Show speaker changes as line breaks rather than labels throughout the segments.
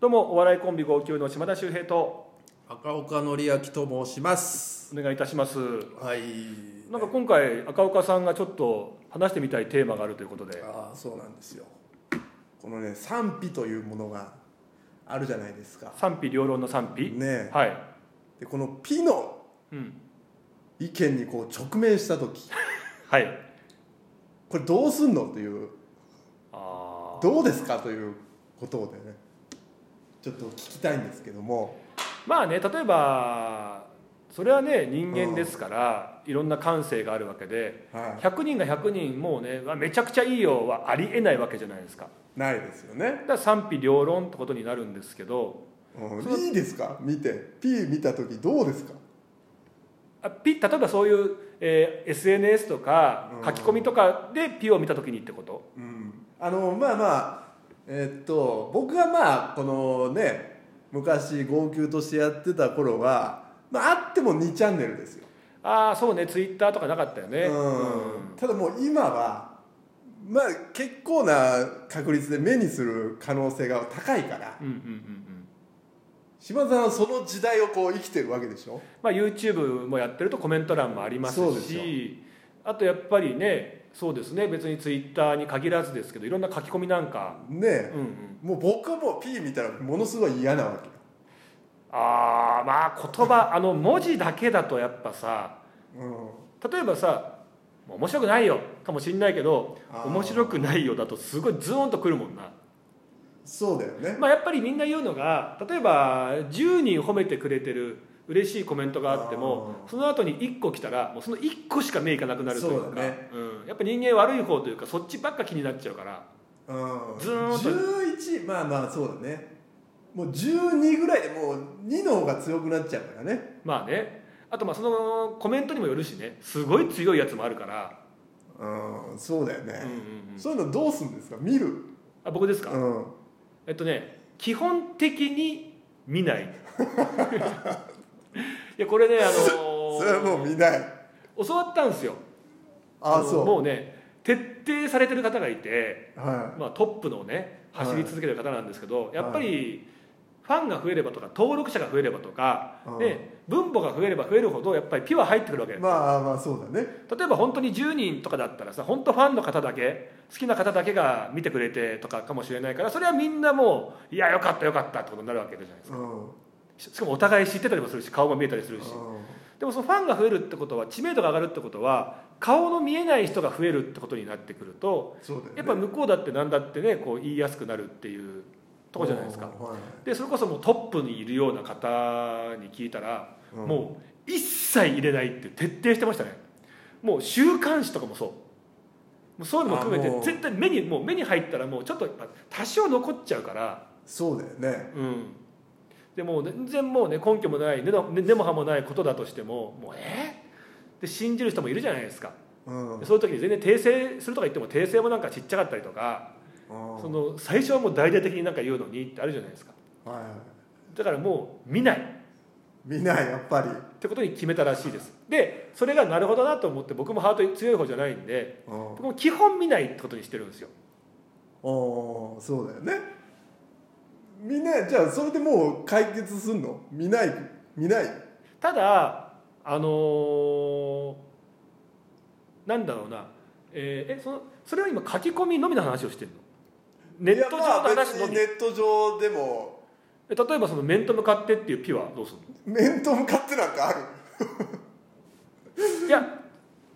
どうもお笑いコンビ号泣の島田秀平と
赤岡典明と申します
お願いいたします
はい
なんか今回赤岡さんがちょっと話してみたいテーマがあるということで
ああそうなんですよこのね賛否というものがあるじゃないですか
賛否両論の賛否、
ねえ
はい、
でこの「ピ」の
うん、
意見にこう直面した時
はい
これどうすんのという
あー
どうですかということをねちょっと聞きたいんですけども
まあね例えばそれはね人間ですからいろんな感性があるわけで
は
100人が100人もうねうわめちゃくちゃいいよはありえないわけじゃないですか
いないですよね、
だから賛否両論ってことになるんですけど
うん
そう
いいですか見て「ピ」見た時どうですか
あピ例えばそういう、えー SNS とか
うん
書き込みとかでピを見た時にってこと、
うんあのまあまあえーっと僕がまあこのね昔号泣としてやってた頃は、まあ、あっても2チャンネルですよ、
ああそうねツイッターとかなかったよね
うん、ただもう今はまあ結構な確率で目にする可能性が高いから
うんうんうんうん
島田さんはその時代をこう生きてるわけでしょ
まあ、YouTube もやってるとコメント欄もあります
そうですよ
しあとやっぱりねそうですね別にツイッターに限らずですけどいろんな書き込みなんか、
ね
うん
え、
うん、
もう僕はもう P 見たらものすごい嫌なわけよ
ああまあ言 葉あの文字だけだとやっぱさ
うん
例えばさ「面白くないよ」かもしんないけど「
あー
面白くないよ」だとすごいズーンとくるもんな。
そうだよね
まあ、やっぱりみんな言うのが例えば10人褒めてくれてる嬉しいコメントがあってもその後に1個来たらもうその1個しか目いかなくなるというか
そうだね
うん、やっぱ人間悪い方というかそっちばっか気になっちゃうから
うん
ずーっと
11まあまあそうだねもう12ぐらいでもう2の方が強くなっちゃうからね
まあねあとまあそのコメントにもよるしねすごい強いやつもあるから、
うんそうだよ
うんうん
ね、
うん
そういうのどうすんですか見る
あ僕ですか、
うん
えっとね基本的に見 ないいやこれねあの
それはもう見ない
教わったんですよ
ああ
の
そう
もうね徹底されてる方がいて、
は
まあ、トップのね
はい
走り続けてる方なんですけど、やっぱりファンが増えればとか登録者が増えればとか、
うん
で分母が増えれば増えるほどやっぱりピュア入ってくるわけ
い
で
まあまあそうだね
す例えば本当に10人とかだったらさ本当ファンの方だけ好きな方だけが見てくれてとかかもしれないからそれはみんなもういやよかったよかったってことになるわけじゃないですか
うん、
ししかもお互い知ってたりもするし顔が見えたりするしでもそのファンが増えるってことは知名度が上がるってことは顔の見えない人が増えるってことになってくると
そうだよね
やっぱ向こうだってなんだってねこう言いやすくなるっていうとこじゃないですか
うんはい
でそれこそもうトップにいるような方に聞いたら、
うん
もう一切入れないって徹底してましたねもう週刊誌とかもそうもうそういうのも含め
あ
て
もう
絶対目にもう目に入ったらもうちょっとやっぱ多少残っちゃうから
そうだよね
うんでもう全然もうね根拠もない根の根根も葉もないことだとしてももうえー、で信じる人もいるじゃないですか、
うん
でそういう時に全然訂正するとか言っても訂正もなんかちっちゃかったりとかそ
うん
の最初はもう大々的になんか言うのにってあるじゃないですか
は
だからもう見ないっ
い見ないやっぱり
てことに決めたらしいですでそれがなるほどなと思って僕もハート強い方じゃないんで
うん
僕も基本見ないってことにしてるんですよ
おーそうだよねみんなじゃあそれでもう解決すんの見ない見ない
ただあのーなんだろうなえーえそのそれは今書き込みのみの話をしてるのネット上の
いやまあ
話
別
の
に
み、
ネット上でも
え例えばその面と向かってっていうピはどうする
面と向かってなんかある
のいや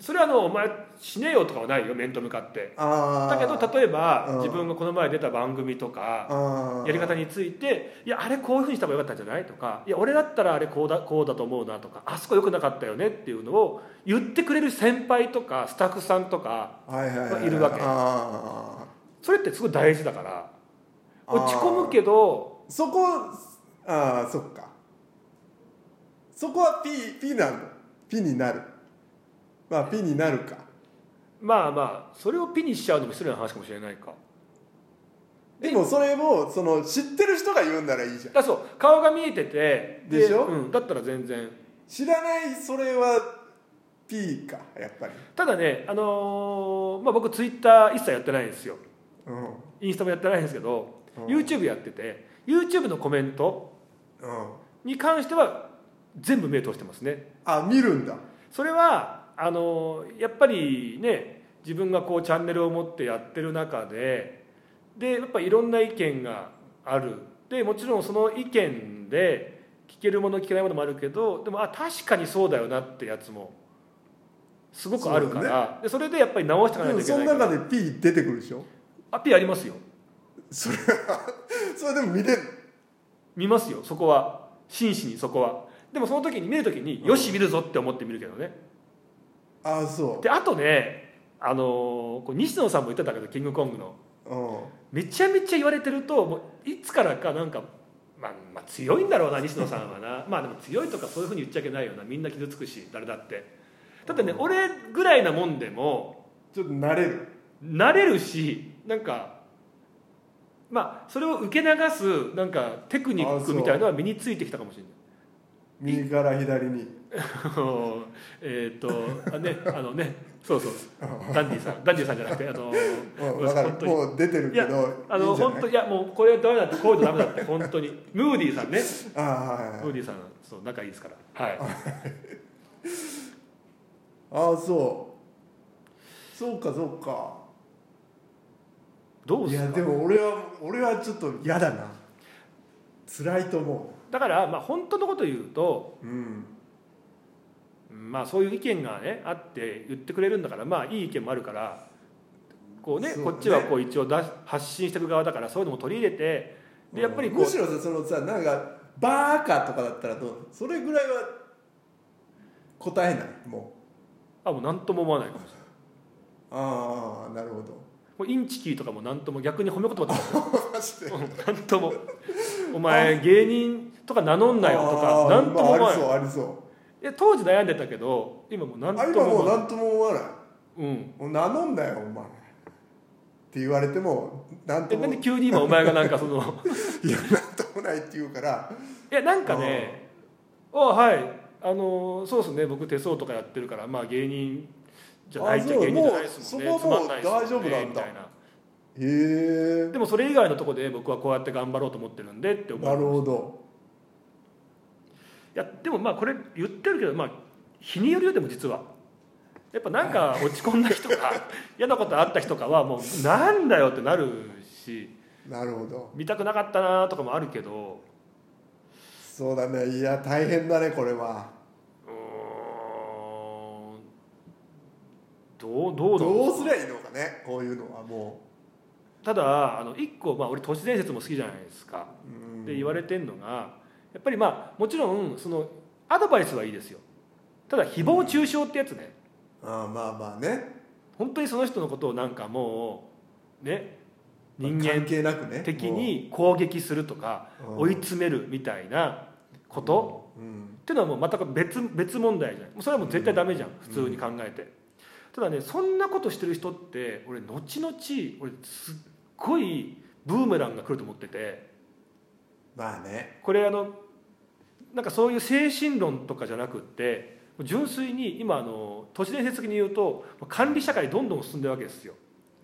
それはあのお前死ねよとかはないよ面と向かって
あ
だけど例えば、
うん
自分がこの前出た番組とか、
あー
やり方について「いやあれこういうふうにした方が良かったんじゃない?」とか「いや俺だったらあれこうだこうだと思うな」とか「あそこ良くなかったよね」っていうのを言ってくれる先輩とかスタッフさんとか
はいはいはい
いるわけ
あ
それってすごい大事だから
あー
落ち込むけど
ーそこああそっかそこは P, P なの P になるまあ P になるか
まあまあそれをピにしちゃうのも失礼な話かもしれないか
でもそれもその知ってる人が言うんならいいじゃん
だからそう顔が見えてて
でしょ
うん、だったら全然
知らないそれは P かやっぱり
ただねあのーまあ僕ツイッター一切やってないんですよ
うん
インスタもやってないんですけど
うん
YouTube やってて YouTube のコメント
うん、
に関しては全部目通してますね
あ見るんだ
それはあのやっぱりね自分がこうチャンネルを持ってやってる中ででやっぱいろんな意見があるでもちろんその意見で聞けるもの聞けないものもあるけどでもあ確かにそうだよなってやつもすごくあるから
そう
そ,、でそれでやっぱり直していかな
で
いと
も
いけ
そ
な
の
いから
中で P 出てくるでしょ
アピありますよ
それはそれでも見れる
見ますよそこは真摯にそこはでもその時に見る時によし見るぞって思って見るけどね
あそ
であとねあのーこう西野さんも言ってたけど「キングコング」の
う、うん、
めちゃめちゃ言われてるともういつからかなんか、まあ、まあ強いんだろうな西野さんはなまあでも強いとかそういうふうに言っちゃいけないよなみんな傷つくし誰だってだってね俺ぐらいなもんでも
ちょっと慣れる
慣れるしなんかまあそれを受け流すなんかテクニックみたいなのは身についてきたかもしれない
右から左に
えーっとあねあのねそうそうダンディさんダンディさんじゃなくてあの
うん分か
本
る
当に
もう出てるけどい
いあの
いんじゃ
本
ない
当いやもうこれダメだってこういうのダメだって本当にムーディーさんね
ああはい
ム
は
ー
い
ディーさんそう仲いいですからはい
あそうそうかそうか
どう
い
で
や
す
で
か
も俺は俺はちょっと嫌だな辛いと思
だからまあ本当のこと言うと
ううん
まあそういう意見がねあって言ってくれるんだからまあいい意見もあるからこうね
そうだね
こっちはこう一応出し発信していく側だからそういうのも取り入れてでやっぱり
うん
こ
む
う
しろさそのさなんかバーカとかだったらどうそれぐらいは答えないも
あもう何とも思わないかもしれないう
ああなるほど
もうインチキーとかも何とも逆に褒め言葉とか
マジで
なんとも「お前芸人とか名乗んなよ」とか
あ
な
あ
んとも思
まあ
わ
あり
ない
そ
いう
ありそ
や当時悩んでたけど今もうなん
うあ
と
今
も
も
思
う
わない
何とも思わない
うん
もう名乗んなよお前って言われても何
え
と
な
も
ん
い
で急に今お前がなんかその
や何ともないって言うから
いやなんかね「あはいあのーそうですね僕手相とかやってるからまあ芸人じゃないっちゃ
あそう
芸人じゃないですもんね
もう
つ
そこは
ま
もうん
ないですもね
大丈夫なんだ
みたいな
へえ
でもそれ以外のとこで僕はこうやって頑張ろうと思ってるんでって思
なる
う
ほど
いやでもまあこれ言ってるけどまあ日によるよでも実はやっぱなんか落ち込んだ 人か嫌なことあった人かはもうなんだよってなるし
なるほど
見たくなかったなとかもあるけど
そうだねいや大変だねこれは
うーんどうどうなの
どうすりゃいいのかねこういうのはも
ただあの一個、まあ、俺都市伝説も好きじゃないですか
う、うん、
で言われてんのがやっぱりまあもちろんそのアドバイスはいいですよただ誹謗中傷ってやつね
ああまあまあね
本当にその人のことをなんかもうね人
まあ
間
関係なくね
的に攻撃するとか
もう
追い詰めるみたいなこと
うん
っていうのはもう全く別別問題じゃないもうそれはもう絶対ダメじゃん普通に考えてただねそんなことしてる人って俺後々俺すっごいブーメランが来ると思ってて
まあね
これあのなんかそういう精神論とかじゃなくって純粋に今あの都市伝説的に言うと管理社会どんどん進んでるわけですよ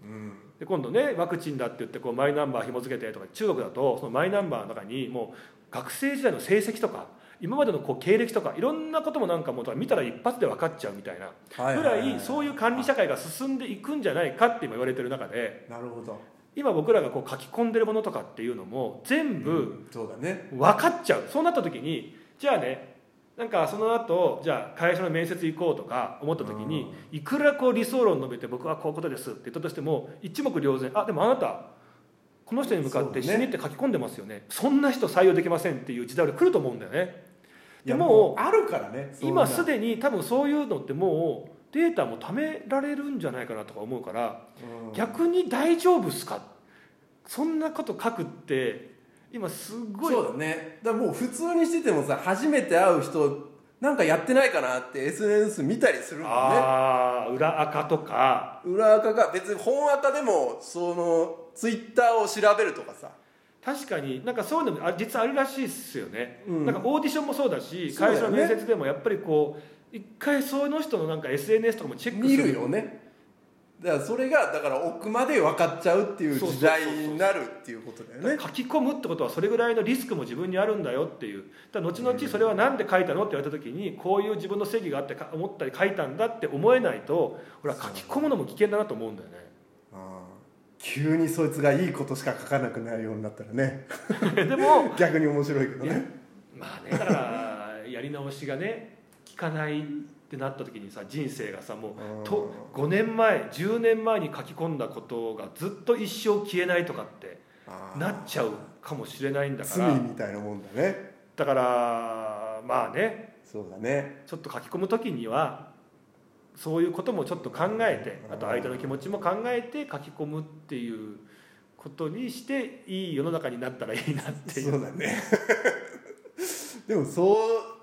うん
で今度ねワクチンだって言ってこうマイナンバー紐付けてとか中国だとそのマイナンバーの中にもう学生時代の成績とか今までのこう経歴とかいろんなこともなんかもう見たら一発で分かっちゃうみたいな
は
ぐらいそう
い
いう管理社会が進んでいくんじゃないかって今言われてる中で
うなるほど
今僕らがこう書き込んでるものとかっていうのも全部
うんそうだね
分かっちゃうそうなった時にじゃあねなんかその後じゃあ会社の面接行こうとか思った時にいくらこう理想論述べて僕はこういうことですって言ったとしても一目瞭然あでもあなたこの人に向かって
そ
死
う
ね
ね
って書き込んでますよねそんな人採用できませんっていう時代が来ると思うんだよね
いや
でも
もうあるからねそんな
今すでに多分そういうのってもうデータも貯められるんじゃないかなとか思うから
うん
逆に大丈夫っすかそんなこと書くって今すごい
そうだねだからもう普通にしててもさ初めて会う人なんかやってないかなって SNS 見たりするもんね
ああ裏垢とか
裏垢が別に本垢でもそのツイッターを調べるとかさ
確かになんかそういうのもあ実はあるらしいっすよね、
うん
なんかオーディションもそうだし
そう
会
だよ
社
ね
の面接でもやっぱりこう一回その人のなんか SNS とかもチェック
見
する
るよねだからそれがだから奥まで分かっちゃうっていう時代になるっていうことだよね
書き込むってことはそれぐらいのリスクも自分にあるんだよっていうだから後々それは何で書いたのって言われた時にこういう自分の正義があってか思ったり書いたんだって思えないと俺は書き込むのも危険だなと思うんだよね
ああ急にそいつがいいことしか書かなくなるようになったらね
でも
逆に面白いけどね
まあねだからやり直しがね効かないってなった時にさ人生がさもうと5年前10年前に書き込んだことがずっと一生消えないとかって
ああ
なっちゃうかもしれないんだから
罪みたいなもんだね
だからまあね
そうだね
ちょっと書き込む時にはそういうこともちょっと考えてあと相手の気持ちも考えて書き込むっていうことにしていい世の中になったらいいなっていう
そうだね でもそう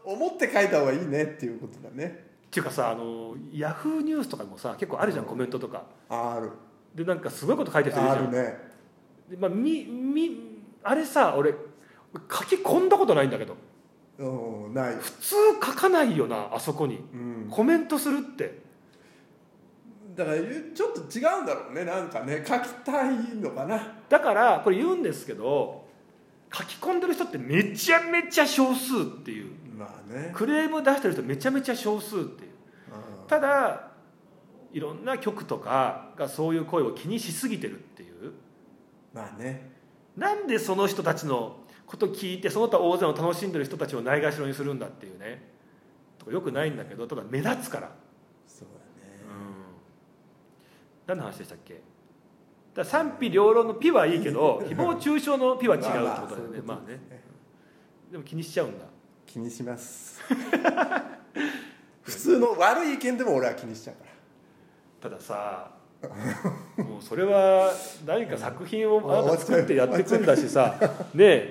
思って書いた方がいいねっていうことだね
っていうかさあのヤフーニュースとかにもさ結構あるじゃんコメントとか
あある
でなんかすごいこと書いてる人いる
あ
じゃ
る
ん
ね
で、まあ、みみあれさ俺書き込んだことないんだけど
うんない
普通書かないよなあそこに
うん
コメントするって
だからちょっと違うんだろうねなんかね書きたいのかな
だからこれ言うんですけど書き込んでる人ってめちゃめちゃ少数っていう
まあね
クレーム出してる人めちゃめちゃ少数っていうただいろんな局とかがそういう声を気にしすぎてるっていう
まあね
なんでその人たちのこと聞いてその他大勢を楽しんでる人たちをないがしろにするんだっていうねとかよくないんだけどただ目立つから、
そうだね
何の話でしたっけだから賛否両論の「ピ」はいいけ ど誹謗中傷の「ピ」は違うってことだよね
まあまあ
まあ
そういう
ね
ことですね
でも気にしちゃうんだ
気にします 普通の悪い意見でも俺は気にしちゃうか
た
ら
だ さ もうそれは何か作品をあなた作ってやっていくんだしさね